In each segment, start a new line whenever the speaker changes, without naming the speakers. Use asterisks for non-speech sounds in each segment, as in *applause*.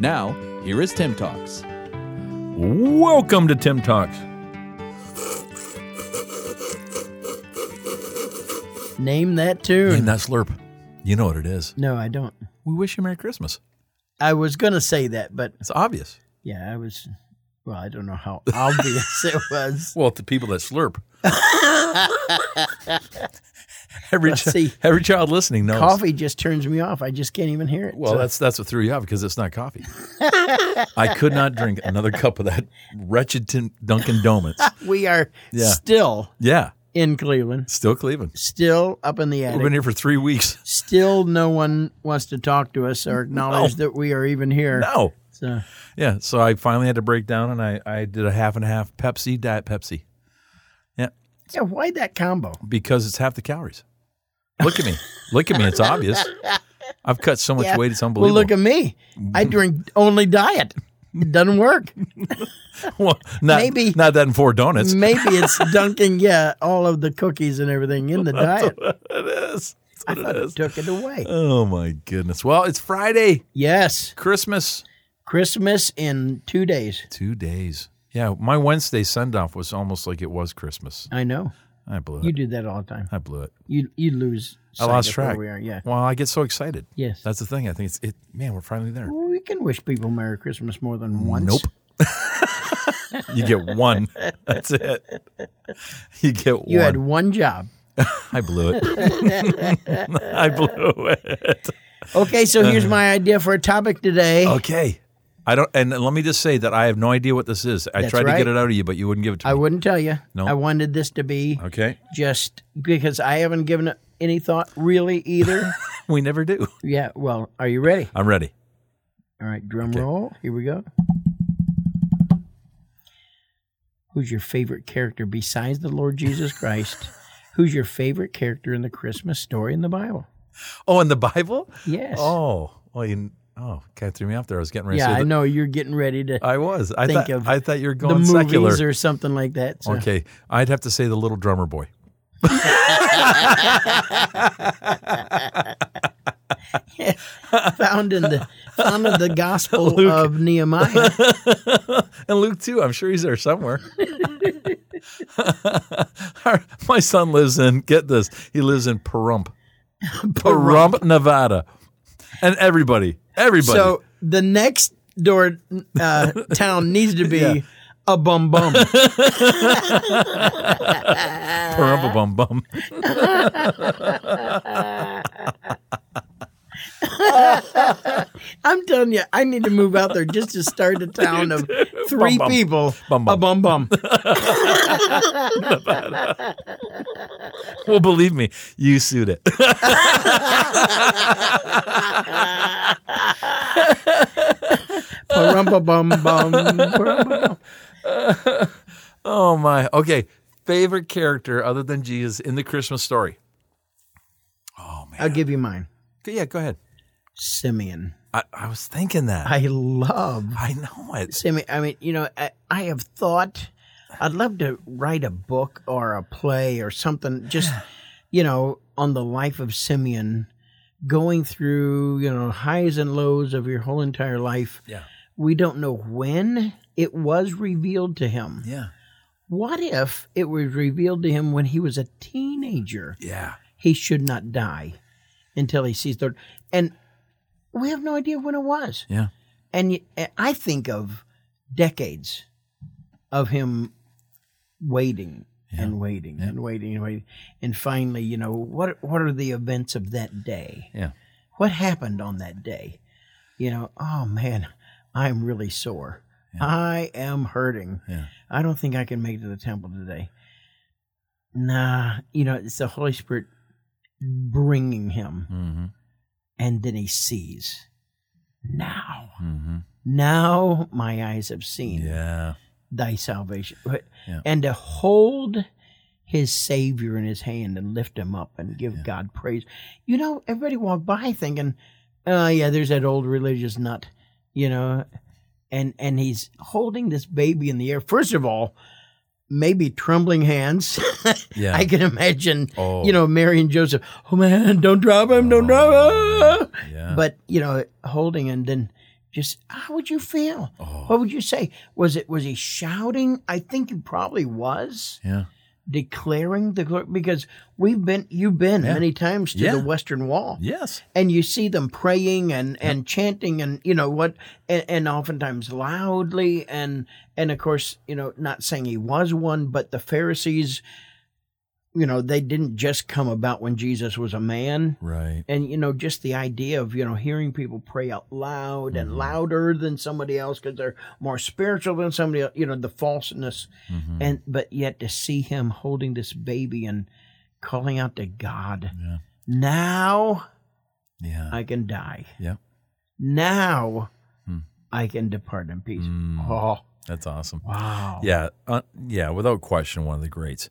Now, here is Tim Talks.
Welcome to Tim Talks.
Name
Name
that tune.
that slurp. You know what it is.
No, I don't.
We wish you Merry Christmas.
I was going to say that, but
It's obvious.
yeah, I was. Well, I don't
*laughs*
know how obvious it was.
Well, to people that *laughs* slurp. every,
Well,
chi-
see,
every child listening knows.
Coffee just turns me off. I just can't even hear it.
Well,
So,
that's that's what threw you off because it's not coffee. I could not drink another cup of that wretched Tim Dunkin' Donuts.
we are
Yeah.
still
Yeah,
in Cleveland,
still Cleveland.
still up in the attic.
We've been here for three weeks.
Still, no one wants to talk to us or
*laughs*
acknowledge that we are even here.
No,
So,
yeah. So I finally had to break down, and I I did a half and a half Pepsi Diet Pepsi. Yeah,
yeah, why that combo?
because it's half the calories. Look at me. Look at me. It's obvious. I've cut so much
Yeah.
weight. It's
Well,
unbelievable.
look at me.
*laughs*
I drink only diet. It doesn't work.
*laughs* well, not,
maybe-
not that in four donuts. *laughs*
Maybe it's dunking, yeah, all of the cookies and everything in the diet.
it is. That's what it is.
Took it away.
Oh my goodness. Well, it's Friday,
*laughs* Yes.
Christmas,
Christmas in two days.
two days. Yeah, my Wednesday send off was almost like it was Christmas.
I know.
I blew it.
You do that all the time.
I blew it.
You you lose.
I
sight
lost
of where
track.
We are. Yeah.
Well, I get so excited.
Yes.
That's the thing. I think it's it. Man, we're finally there.
we can wish people Merry Christmas more than once.
Nope. *laughs* You get
*laughs*
one. That's it. You get
You
one.
had one job.
I blew it. *laughs* I blew it.
Okay, so here's my idea for a topic today.
Uh. Okay. I don't. And let me just say that I have no idea what this is. I
That's
tried to get
right.
it out of you, but you wouldn't give it to
I
me.
wouldn't tell you.
No.
I wanted this to be
okay.
just because I haven't given it any thought really
*laughs*
either.
*laughs* We never do.
yeah. Well, are you ready?
I'm ready.
All right, drum roll. Here we go. Who's your favorite character besides the Lord Jesus
*laughs*
Christ? Who's your favorite character in the Christmas story in the Bible?
Oh, in the Bible.
Yes.
Oh. Well, you. Oh, kind of threw me off there. I was getting ready. to
yeah,
say
I
that-
know you're getting ready to
I was. I
Think
thought.
of
I thought you were
the
Uh, going
movies
secular.
or something like that. So.
okay. I'd have to say the little drummer boy.
*laughs* Found in the found in the
*laughs*
Gospel of Nehemiah.
And Luke too. I'm sure he's there somewhere. *laughs* Our- My son lives in. Get this. He lives in
*laughs*
Pahrump, Pahrump, Nevada. And everybody, everybody. *laughs*
So the next door uh, town needs to be
Yeah.
a bum bum.
*laughs*
uh,
Pahrumpa bum bum. *laughs*
I'm telling you, I need to move out there just to start a town of
*laughs* Bum,
three
bum.
people.
Bum,
A bum bum.
Well, believe me, you suit it. *laughs*
Parumpa bum bum. parumpa bum.
oh my. Okay. Favorite character other than Jesus in the Christmas story?
I'll give you mine.
Okay, yeah, go ahead.
Simeon.
I, I was thinking that. I,
I love
know it.
Simeon. I mean, you know, I, I have thought I'd love to write a book or a play or something *sighs* just, you know, on the life of Simeon, going through, you know, highs and lows of your whole entire life.
Yeah.
We don't know when it was revealed to him.
Yeah.
What if it was revealed to him when he was a teenager?
Yeah.
He should not die until he sees the Lord. And we have no idea when it was.
Yeah.
And y- and I think of decades of him waiting and waiting and waiting and waiting. And finally, you know, what what are the events of that day?
Yeah.
What happened on that day? You know, oh man, I'm really sore. I am hurting.
Yeah.
I don't think I can make it to the temple today. Nah, you know, it's the Holy Spirit bringing him.
Mm-hmm.
And then he sees now. Now my eyes have seen
Mm-hmm. Yeah.
thy salvation. But-
Yeah.
And to hold his Savior in his hand and lift him up and give God praise. You know, everybody walked by thinking, oh, yeah, there's that old religious nut, you know. And, and he's holding this baby in the air. First of all, maybe trembling hands. *laughs*
Yeah.
I can imagine,
Oh.
you know, Mary and Joseph, oh man, don't drop him, don't drop him.
Yeah.
But, you know, holding and then just, how would you feel?
Oh.
What would you say? Was it, was he shouting? I think he probably was
yeah.
declaring the glory because we've been, you've been
Yeah.
many times to
Yeah.
the Western Wall
Yes.
and you see them praying and, and chanting and you know what and, and oftentimes loudly and and of course you know not saying he was one but the pharisees you know they didn't just come about when jesus was a man
Right.
and you know just the idea of you know hearing people pray out loud
Mm-hmm.
and louder than somebody else because they're more spiritual than somebody else you know the falseness
Mm-hmm.
and but yet to see him holding this baby and calling out to god
Yeah.
now
Yeah.
I can die.
yeah.
Now
Hmm.
I can depart in peace. Oh,
Mm. That's awesome.
wow.
Mm-hmm. Yeah, uh, yeah, without question, one of the greats.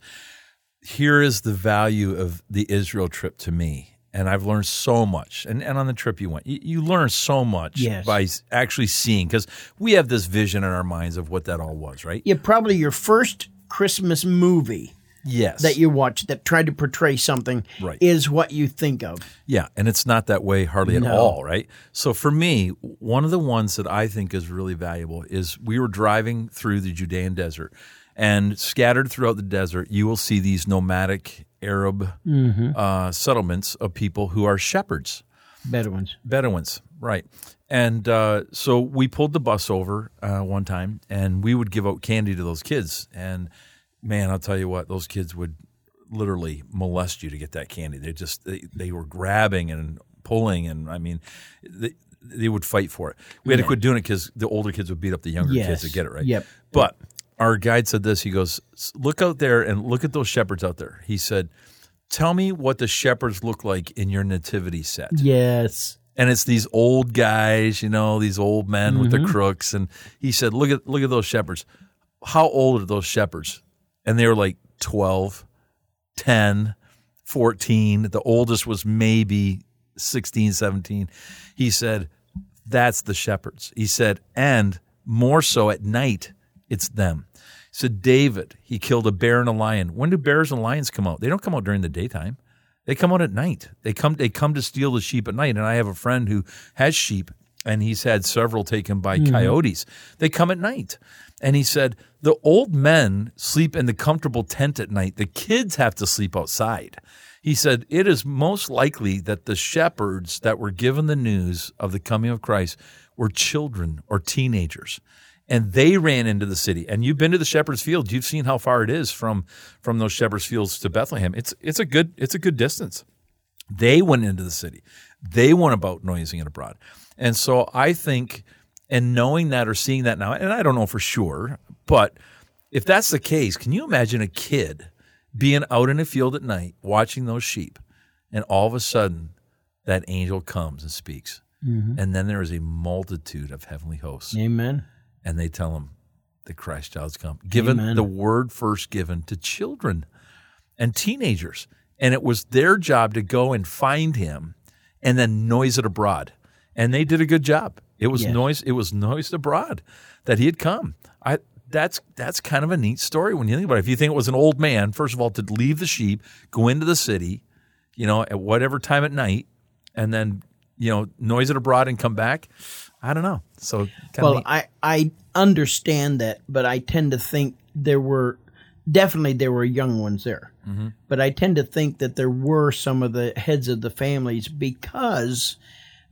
Here is the value of the Israel trip to me, and I've learned so much. And and on the trip you went, you, you learn so much
Yes.
by s- actually seeing, because we have this vision in our minds of what that all was, right?
Yeah, probably your first Christmas movie
Yes,
that you watched that tried to portray something
Right.
is what you think of.
yeah, and it's not that way hardly at
No.
all, right? So for me, one of the ones that I think is really valuable is we were driving through the Judean desert, and scattered throughout the desert, you will see these nomadic Arab. uh, settlements of people who are shepherds,
Bedouins.
Bedouins, right? And uh, so we pulled the bus over uh, one time, and we would give out candy to those kids. And man, I'll tell you what, those kids would literally molest you to get that candy. They just they, they were grabbing and pulling, and I mean, they, they would fight for it. We had to quit doing it because the older kids would beat up the younger kids
Yes.
to get it right.
Yep.
But our guide said this. He goes, "S- "Look out there and look at those shepherds out there." He said, "Tell me what the shepherds look like in your nativity set."
Yes.
And it's these old guys, you know, these old men with the crooks. And he said, "Look at look at those shepherds. How old are those shepherds?" And they were like 12, 10, 14. The oldest was maybe 16, 17. He said, that's the shepherds. He said, and more so at night, it's them. He said, David, he killed a bear and a lion. When do bears and lions come out? They don't come out during the daytime. They come out at night. They come they come to steal the sheep at night. And I have a friend who has sheep and he's had several taken by coyotes. They come at night. And he said, the old men sleep in the comfortable tent at night. The kids have to sleep outside. He said, It is most likely that the shepherds that were given the news of the coming of Christ were children or teenagers. And they ran into the city. And you've been to the shepherd's field. You've seen how far it is from, from those shepherd's fields to Bethlehem. It's, it's, a good, it's a good distance. They went into the city. They went about noising it abroad. And so I think, and knowing that or seeing that now, and I don't know for sure, but if that's the case, can you imagine a kid being out in a field at night watching those sheep, and all of a sudden that angel comes and speaks, and then there is a multitude of heavenly hosts,
Amen.
and they tell him the Christ child's come, given
Amen.
the word first given to children and teenagers. And it was their job to go and find him and then noise it abroad. And they did a good job. It was
Yes.
noise it was noised abroad that he had come. I that's that's kind of a neat story when you think about it. If you think it was an old man, first of all, to leave the sheep, go into the city, you know, at whatever time at night, and then, you know, noise it abroad and come back. I don't know. So kind of
Well, I, I understand that, but I tend to think there were definitely there were young ones there. But I tend to think that there were some of the heads of the families because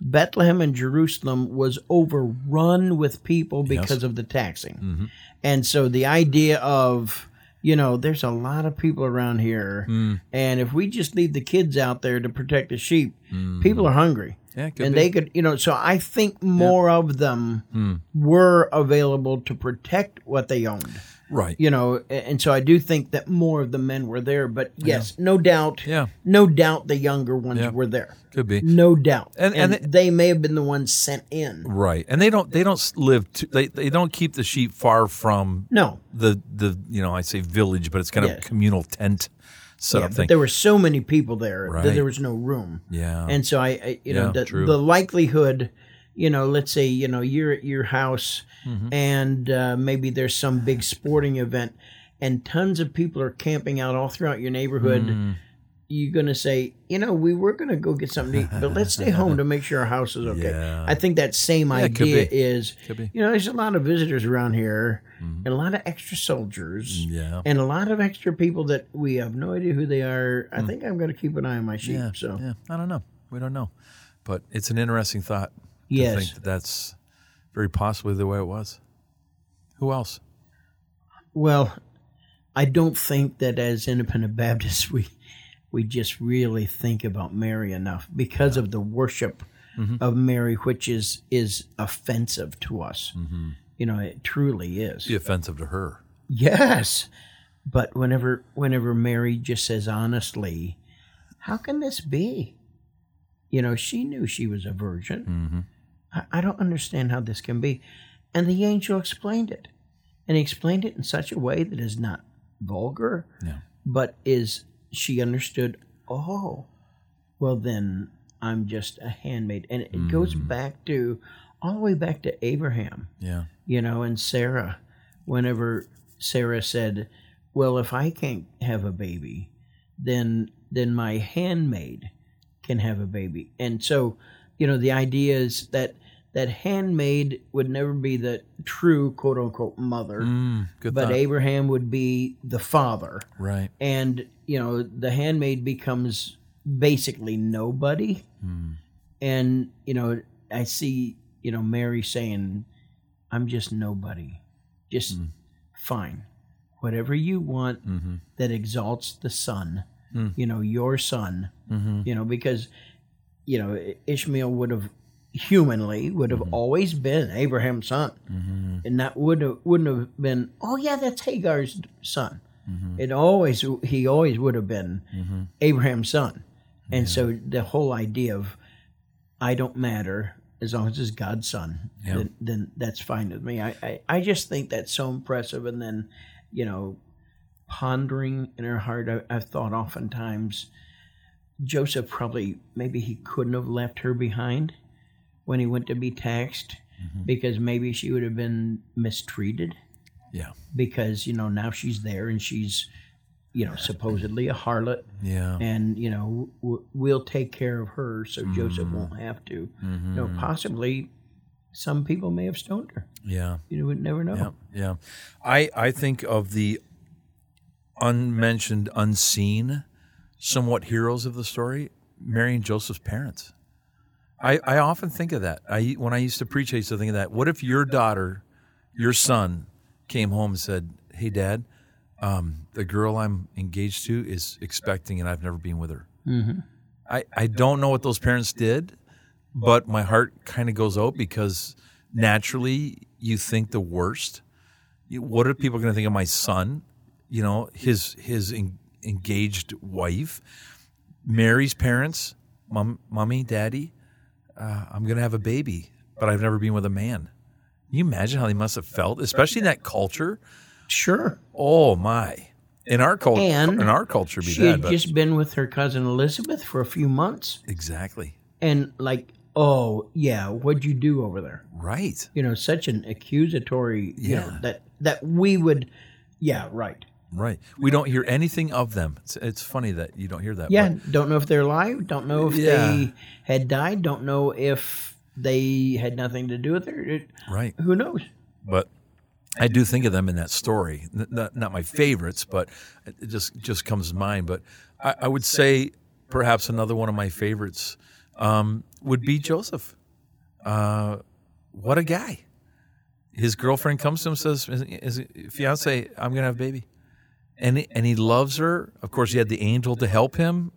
Bethlehem and Jerusalem was overrun with people because of the taxing.
Mm-hmm.
And so the idea of you know, there's a lot of people around here,
Mm.
and if we just leave the kids out there to protect the sheep, people are hungry
Mm. Yeah, it could
and
be. Mm.
they could you know so i think more of them were available to protect what they owned
Right.
you know a- and so i do think that more of the men were there but yes no doubt
Yeah.
no doubt the younger ones
Yeah.
were there
Could be.
no doubt
And-
and,
and
they, may have been the ones sent in
Right. And they don't they don't live too, they they don't keep the sheep far from
no
the the you know I say village, but it's kind
Yeah.
of communal tent
yeah,
setup
but
thing.
there were so many people there that
Right.
there was no room
yeah.
and so I, I you
Yeah,
know the,
true.
the likelihood you know let's say you know you're at your house
Mm-hmm.
and uh, maybe there's some big sporting event and tons of people are camping out all throughout your neighborhood
Mm.
you're going to say you know we were going to go get something to eat but let's stay home to make sure our house is okay
Yeah.
i think that same
it could
idea
be.
is
Could be. Mm-hmm.
you know there's a lot of visitors around here and a lot of extra soldiers
yeah.
and a lot of extra people that we have no idea who they are. I think I'm going to keep an eye on my sheep.
Mm. yeah.
so
yeah. I don't know. We don't know. But it's an interesting thought. to
Yes.
think that that's very possibly the way it was. Who else?
Well, I don't think that as independent Baptists we we just really think about Mary enough because of the worship of Mary, which is is offensive to us. You know, it truly is.
Be offensive to her.
Yes, but whenever whenever Mary just says honestly, how can this be? You know, she knew she was a virgin. I, I don't understand how this can be. And the angel explained it. And he explained it in such a way that is not vulgar,
Yeah.
but is she understood, oh, well, then I'm just a handmaid. And it goes back to, all the way back to Abraham
Yeah.
you know, and Sarah, whenever Sarah said, "Well, if I can't have a baby, then then my handmaid can have a baby," and so, you know, the idea is that that handmaid would never be the true quote unquote mother,
Mm, good
but
thought.
Abraham would be the father,
right.
and you know, the handmaid becomes basically nobody
Mm.
and you know i see you know mary saying i'm just nobody just fine whatever you want that exalts the son you know your son you know because you know I- ishmael would have humanly would have always been abraham's son
mm-hmm,
and that would have, wouldn't have been oh yeah that's hagar's son it always he always would have been
mm-hmm.
abraham's son and so the whole idea of I don't matter as long as it's God's son. Then, then that's fine with me. I, I, I just think that's so impressive. And then, you know, pondering in her heart, I, I've thought oftentimes Joseph probably, maybe he couldn't have left her behind when he went to be taxed because maybe she would have been mistreated
Yeah.
because, you know, now she's there and she's, you know, supposedly a harlot
Yeah.
and you know w- we'll take care of her so
Mm-hmm.
joseph won't have to you know possibly some people may have stoned her
yeah.
you would never know
Yeah, yeah. I I think of the unmentioned, unseen, somewhat heroes of the story, Mary and Joseph's parents. I I often think of that. I when I used to preach, I used to think of that. What if your daughter, your son, came home and said, "Hey, Dad." Um, the girl I'm engaged to is expecting, and I've never been with her. I, I don't know what those parents did, but my heart kind of goes out because naturally you think the worst. You- What are people going to think of my son? You know, his his en- engaged wife, Mary's parents, mom, mommy, daddy. Uh, I'm going to have a baby, but I've never been with a man. Can you imagine how they must have felt, especially in that culture.
sure
Oh my! In our culture,
And
in our culture, be
she had
that, but
just been with her cousin elizabeth for a few months
exactly
and like oh yeah what'd you do over there
right.
you know such an accusatory you know
Yeah.
that that we would yeah right
Right. We don't hear anything of them. It's, it's funny that you don't hear that.
yeah don't know if they're alive don't know if
Yeah.
they had died don't know if they had nothing to do with her It-
but- right.
who knows
But I do think of them in that story. N- Not, not my favorites, but it just just comes to mind. But I, I would say perhaps another one of my favorites um, would be Joseph. Uh, what a guy! His girlfriend comes to him and says, "Is, is fiance, I'm going to have a baby," and he, and he loves her. Of course, he had the angel to help him.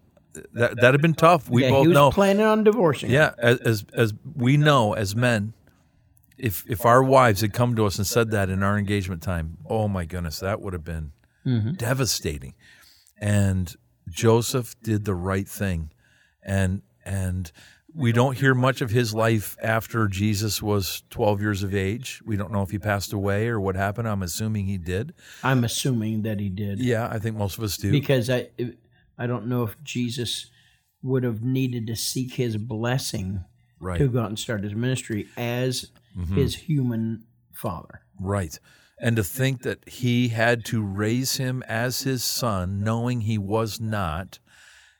That that had been tough. We
yeah,
both
he was
know.
planning on divorcing.
Yeah, as, as as we know as men, if if our wives had come to us and said that in our engagement time, oh my goodness, that would have been devastating. And Joseph did the right thing, and and we don't hear much of his life after Jesus was 12 years of age. We don't know if he passed away or what happened. I'm assuming he did.
I'm assuming that he did
Yeah, I think most of us do.
because I I don't know if Jesus would have needed to seek his blessing
right. Mm-hmm.
to go out and start his ministry as his human father.
Right. And to think that he had to raise him as his son, knowing he was not,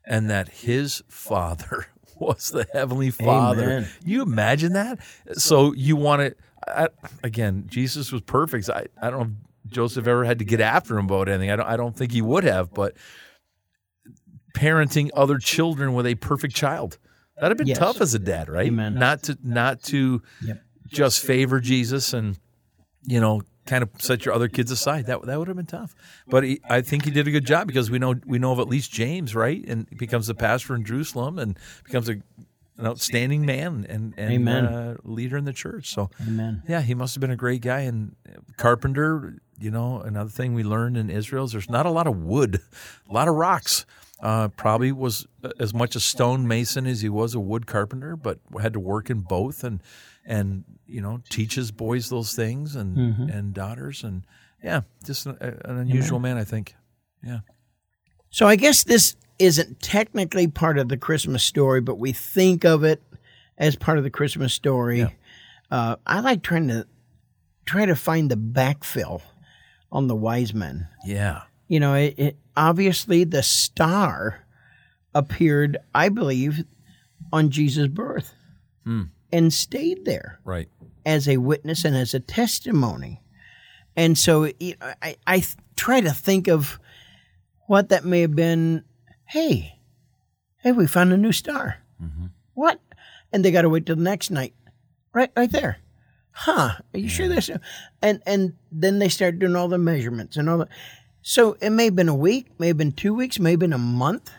and that his father *laughs* was the heavenly father.
Amen.
You imagine that? So you want to, I, again, Jesus was perfect. I, I don't know if Joseph ever had to get after him about anything. I don't, I don't think he would have, but parenting other children with a perfect child. That'd have been
Yes.
tough as a dad, right?
Amen.
Not to not to just favor Jesus and you know, kind of set your other kids aside. That that would have been tough. But he, I think he did a good job because we know we know of at least James, right? And he becomes the pastor in Jerusalem and becomes a an outstanding man and and
Amen.
Uh, leader in the church. So,
Amen.
yeah, he must have been a great guy and carpenter. You know, another thing we learned in Israel is there's not a lot of wood, a lot of rocks. Uh, probably was as much a stonemason as he was a wood carpenter, but had to work in both and and you know teach his boys those things and
Mm-hmm.
and daughters and yeah, just an, an unusual man, I think. Yeah,
So I guess this isn't technically part of the Christmas story, but we think of it as part of the Christmas story. Uh, I like trying to try to find the backfill on the wise men.
yeah,
You know, it, it, obviously the star appeared, I believe, on Jesus' birth and stayed there
right,
as a witness and as a testimony. And so you know, I, I th- try to think of what that may have been. Hey, hey, we found a new star. What? And they got to wait till the next night. Right, right there. Huh? Are you sure that's? And and then they start doing all the measurements and all that. So it may have been a week, may have been two weeks, may have been a month.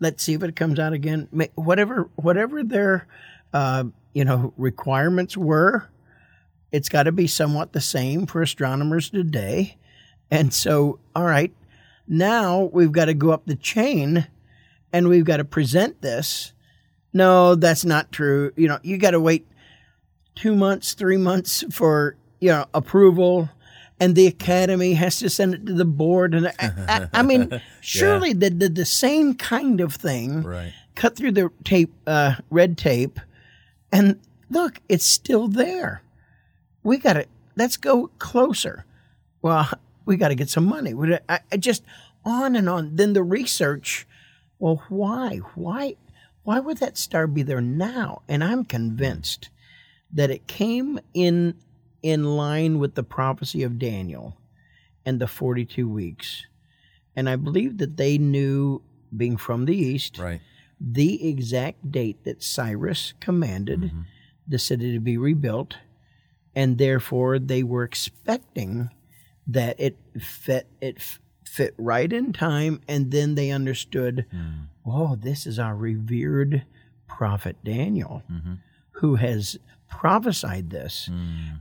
Let's see if it comes out again. May, whatever whatever their uh, you know requirements were, it's got to be somewhat the same for astronomers today. And so, all right, now we've got to go up the chain, and we've got to present this. No, that's not true. You know, you got to wait two months, three months for you know approval, and the academy has to send it to the board. And I, I, I mean, surely they did the same kind of thing,
right,
cut through the tape, uh, red tape, and look, it's still there. We got to let's go closer. Well, *laughs* we got to get some money. We- I, I just on and on. Then the research. Well, why, why, why would that star be there now? And I'm convinced that it came in in line with the prophecy of Daniel and the 42 weeks. And I believe that they knew, being from the east,
right,
the exact date that Cyrus commanded the city to be rebuilt, and therefore they were expecting that it fit it f- fit right in time, and then they understood, oh, this is our revered prophet Daniel, who has prophesied this,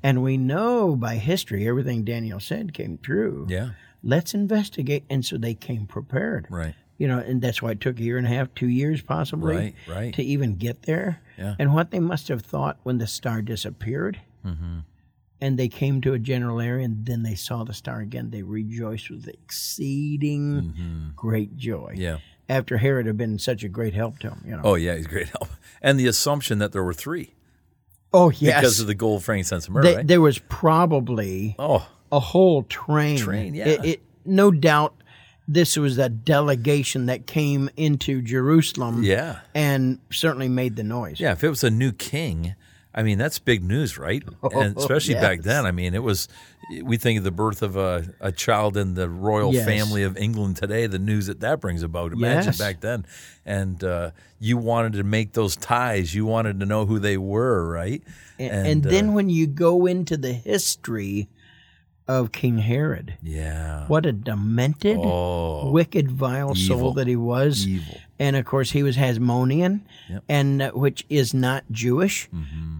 and we know by history everything Daniel said came true.
yeah,
Let's investigate, and so they came prepared
right,
you know, and that's why it took a year and a half, two years possibly,
right, right,
to even get there.
Yeah.
And what they must have thought when the star disappeared,
Mm-hmm.
and they came to a general area, and then they saw the star again, they rejoiced with exceeding great joy.
Mm-hmm. yeah.
After Herod had been such a great help to him, you know.
Oh yeah, he's a great *laughs* help. And the assumption that there were three
Oh,
because of the gold, frankincense, and myrrh,
They-
right?
There was probably
oh,
a whole train.
Train, yeah.
It, it, no doubt, this was a delegation that came into Jerusalem.
yeah.
And certainly made the noise.
Yeah, if it was a new king, I mean that's big news,
*laughs*
right? and especially back
Oh, yes.
then, I mean it was. We think of the birth of a, a child in the royal
Yes.
family of England today. The news that that brings about. Imagine
Yes.
back then, and uh, you wanted to make those ties. You wanted to know who they were, right?
and, and
uh,
then when you go into the history of King Herod,
yeah,
what a demented,
Oh.
wicked, vile
Evil.
soul that he was.
Evil.
And of course, he was
Mm-hmm.
Hasmonean, and uh, which is not Jewish.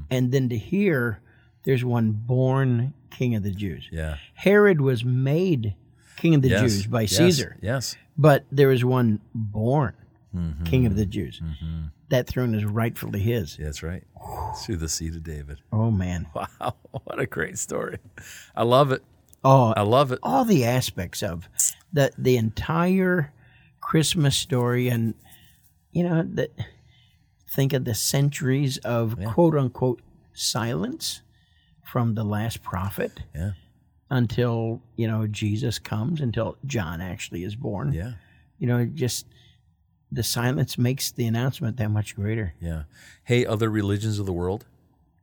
And then to hear there's one born king of the Jews.
Yeah.
Herod was made king of the
Yes.
Jews by
Yes.
Caesar,
Yes.
but there was one born
Mm-hmm.
king of the Jews. That throne is rightfully his.
Yeah, that's right. Through the seed of David. *laughs*
Oh, man.
Wow. What a great story. I love it.
Oh,
I love it.
all the aspects of the the entire Christmas story, and you know that think of the centuries of quote unquote silence from the last prophet
Yeah.
until you know Jesus comes, until John actually is born.
Yeah.
You know, just the silence makes the announcement that much greater.
Yeah. Hey, other religions of the world,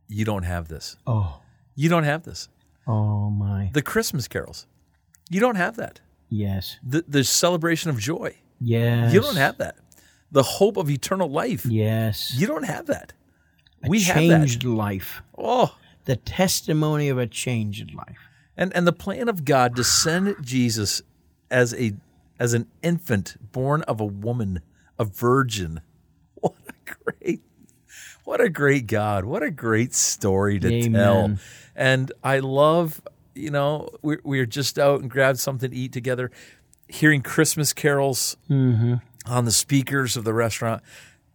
you don't have this.
Oh,
You don't have this.
oh my,
The Christmas carols, you don't have that.
yes,
The, the celebration of joy,
yes.
you don't have that. The hope of eternal life,
yes.
you don't have that.
A
We have that.
changed life.
Oh,
The testimony of a changed life.
and and the plan of God to send Jesus as a as an infant born of a woman, a virgin. *laughs* What a great what a great God. What a great story to
Amen.
tell. And I love, you know, we we were just out and grabbed something to eat together, hearing Christmas carols on the speakers of the restaurant.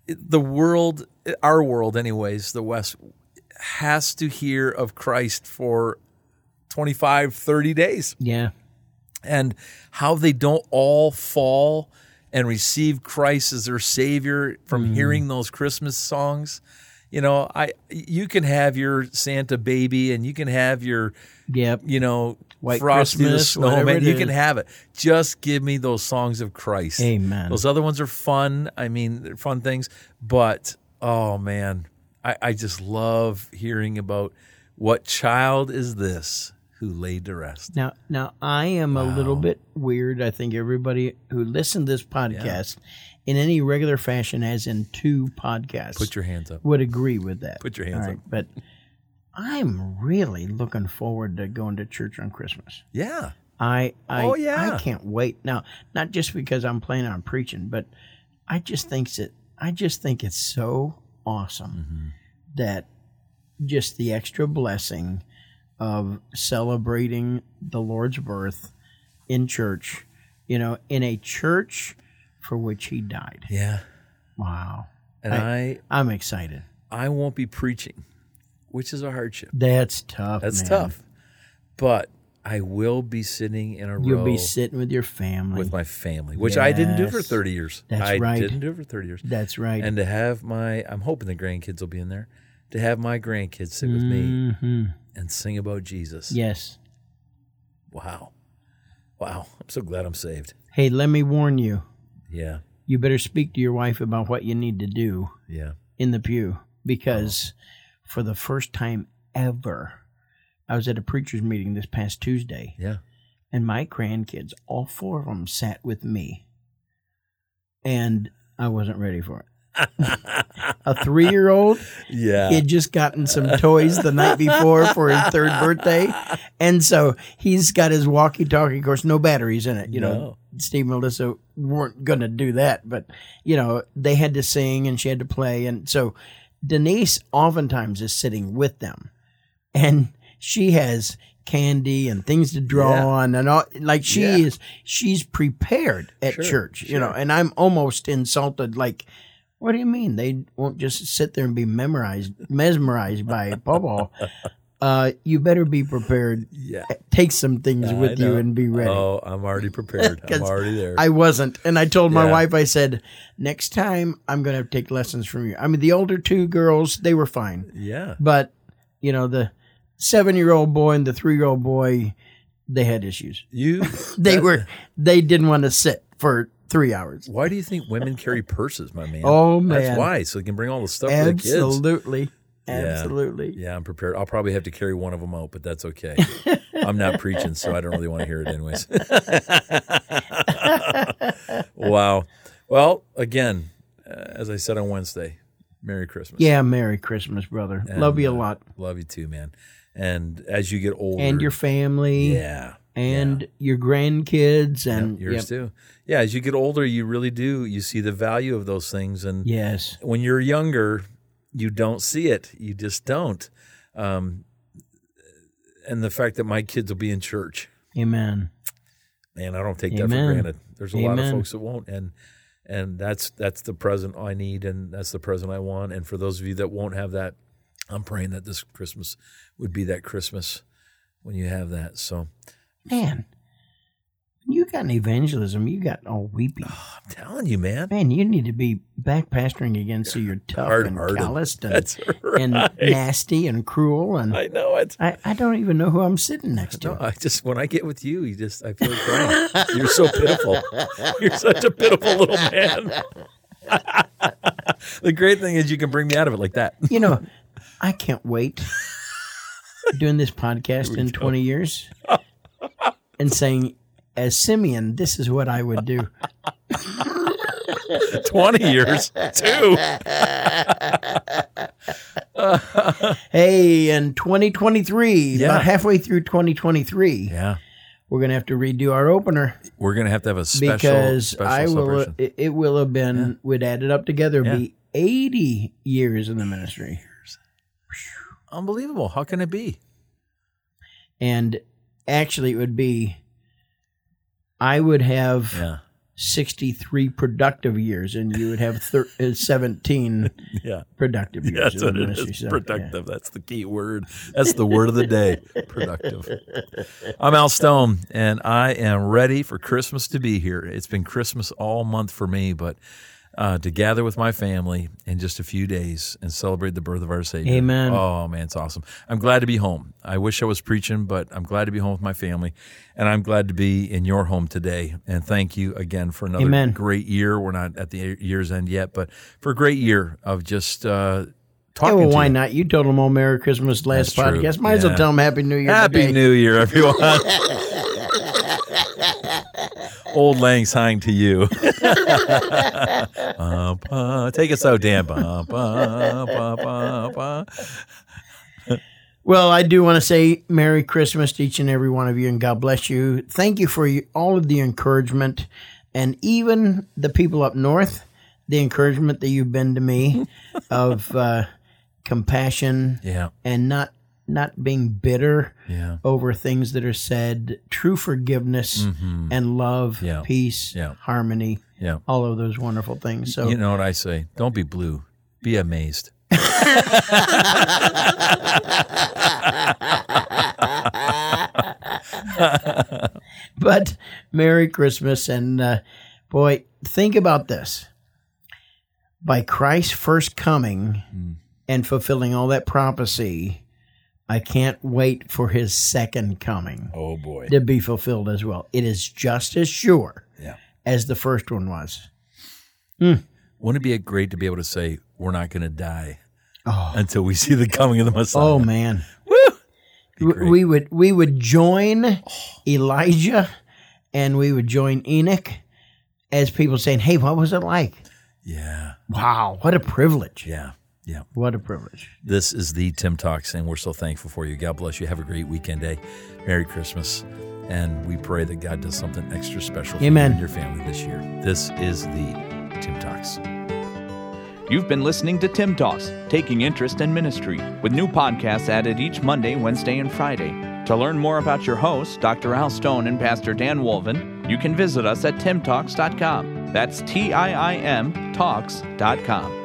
It- The world, our world, anyways, the West has to hear of Christ for 25, 30 days
Yeah.
and how they don't all fall and receive Christ as their savior from hearing those Christmas songs. You know, I you can have your Santa baby and you can have your
Yep.
you know
White
Frosty the
Christmas, whatever
Snowman.
it
You can
is.
have it. Just give me those songs of Christ.
Amen.
Those other ones are fun. I mean, they're fun things. But oh man, I, I just love hearing about what child is this who laid to rest.
Now, now I am a little bit weird. I think everybody who listened to this podcast in any regular fashion, as in two podcasts,
Put your hands up.
would agree with that.
Put your hands
All
up.
But I'm really looking forward to going to church on Christmas.
Yeah.
I, I,
Oh, yeah.
I can't wait. Now, not just because I'm planning on preaching, but I just think it, I just think it's so awesome
Mm-hmm.
that just the extra blessing of celebrating the Lord's birth in church, you know, in a church for which he died.
Yeah.
Wow.
And I
I'm excited.
I won't be preaching, which is a hardship.
That's tough.
That's
man.
tough. But I will be sitting in a
You'll
row
be sitting with your family.
with my family, which I didn't do for
Yes.
30 years.
That's
I
right.
didn't do it for 30 years.
That's right.
And to have my I'm hoping the grandkids will be in there. To have my grandkids sit with me
hmm
and sing about Jesus.
Yes.
Wow. Wow. I'm so glad I'm saved.
Hey, let me warn you.
Yeah.
you better speak to your wife about what you need to do
Yeah.
in the pew because for the first time ever i was at a preacher's meeting this past tuesday
Yeah. *laughs*
and my grandkids all four of them sat with me and i wasn't ready for it a three-year-old
Yeah.
he'd just gotten some toys the night before for his third birthday and so he's got his walkie-talkie of course no batteries in it you know steve and melissa weren't going to do that but you know they had to sing and she had to play and so denise oftentimes is sitting with them and she has candy and things to draw
Yeah.
on and all like she
Yeah.
is she's prepared at
Sure,
church you know
sure.
and i'm almost insulted like what do you mean they won't just sit there and be memorized, mesmerized by Bobo?
*laughs*
Uh, you better be prepared.
yeah.
Take some things
I
with you
know.
and be ready.
Oh, I'm already prepared. I'm
*laughs* 'Cause
already there.
I wasn't, and I told my
Yeah.
wife, I said, next time I'm going to take lessons from you. I mean, the older two girls, they were fine,
yeah.
but you know the seven-year-old boy and the three-year-old boy, they had issues.
You
*laughs* They
that-
were, they didn't want to sit for three hours.
Why do you think women carry purses, my man?
Oh, man.
That's why, so they can bring all the stuff for the kids.
Absolutely, absolutely.
Yeah, I'm prepared. I'll probably have to carry one of them out, but that's okay. I'm not preaching, so I don't really want to hear it anyways. *laughs* wow. Well, again, uh, as I said on Wednesday, Merry Christmas.
Yeah, Merry Christmas, brother.
And,
Love you a
uh,
lot.
Love you too, man. And as you get older,
And your family
yeah,
and your grandkids and
yours
yep.
too. Yeah, as you get older, you really do. You see the value of those things, and
Yes.
when you're younger, you don't see it. You just don't. Um, and the fact that my kids will be in church.
Amen.
Man, I don't take that
Amen.
for granted. There's a lot of
Amen.
folks that won't, and and that's that's the present I need, and that's the present I want. And for those of you that won't have that, I'm praying that this Christmas would be that Christmas when you have that. So
Man, when you got an evangelism, you got all
*sighs*
weepy.
I'm telling you, man,
Man, you need to be back pastoring again
*laughs*
so you're tough and
Hard-hearted.
calloused and,
That's *laughs*
and
right.
nasty and cruel. And I,
I know it.
I, don't even know who I'm sitting next to.
No, I just when I get with you, you just I feel like crying. You're so pitiful. *laughs* You're such a pitiful little man. *laughs* the great thing is you can bring me out of it like that.
*laughs*
*laughs*
You know, I can't wait doing this podcast in
*laughs*
20 years and saying, as Simeon, this is what I would do.
Twenty years too.
Hey, in 2023,
Yeah.
about halfway through 2023,
Yeah,
we're going to have to redo our opener
we're gonna have to have a special
because
special
I will. uh,
celebration.
It, it will have been. We'd add it up together. it'd
Yeah.
Be 80 years in the ministry,
Unbelievable! How can it be?
and actually, it would be. I would have
Yeah,
63 productive years, and you would have thir-
*laughs*
uh, 17
yeah.
productive
*laughs*
years.
That's
in the
what it
ministry.
is.
So, yeah.
Productive. That's the key word. That's the word of the day. *laughs* Productive. I'm Al Stone, and I am ready for Christmas to be here. It's been Christmas all month for me, but uh, to gather with my family in just a few days and celebrate the birth of our Savior.
Amen.
Oh, man, it's awesome. I'm glad to be home. I wish I was preaching, but I'm glad to be home with my family, and I'm glad to be in your home today. And thank you again for another
Amen.
great year. We're not at the year's end yet, but for a great year of just uh,
Yeah,
talking
well,
to
Oh, why
you.
not? You told them all Merry Christmas last
That's true.
podcast. Might as well
Yeah.
tell them Happy New Year.
Happy
today.
New Year, everyone. Old Lang Syne to *laughs* you. Ba, ba. Take us out, Dan. Ba, ba, ba, ba, ba.
Well, I do want to say Merry Christmas to each and every one of you, and God bless you. Thank you for you- all of the encouragement, and even the people up north, the encouragement that you've been
*laughs*
to me of uh, compassion
Yeah,
and not not being bitter
yeah,
over things that are said, true forgiveness and love,
Mm-hmm. Yeah.
peace,
Yeah.
harmony,
yeah.
all of those wonderful things. So
You know what I say? Don't be blue. Be amazed.
*laughs* but Merry Christmas. And uh, boy, think about this. By Christ's first coming
Hmm.
and fulfilling all that prophecy, I can't wait for his second coming
Oh boy.
to be fulfilled as well. It is just as sure
Yeah.
as the first one was.
Wouldn't it be great to be able to say we're not going to die until we see the coming of the Messiah?
Oh, man.
Be
W-
great. Oh.
We would we would join Elijah and we would join Enoch as people saying, "Hey, what was it like?
yeah,
Wow, what a privilege!
yeah, yeah.
What a privilege!"
This is the Tim Talks, and we're so thankful for you. God bless you. Have a great weekend day. Merry Christmas. And we pray that God does something extra special for
Amen.
you and your family this year. This is the Tim Talks.
You've been listening to Tim Talks, Taking Interest in Ministry, with new podcasts added each Monday, Wednesday, and Friday. To learn more about your hosts, Dr. Al Stone and Pastor Dan Wolven, you can visit us at timtalks.com. That's T I I M talks.com.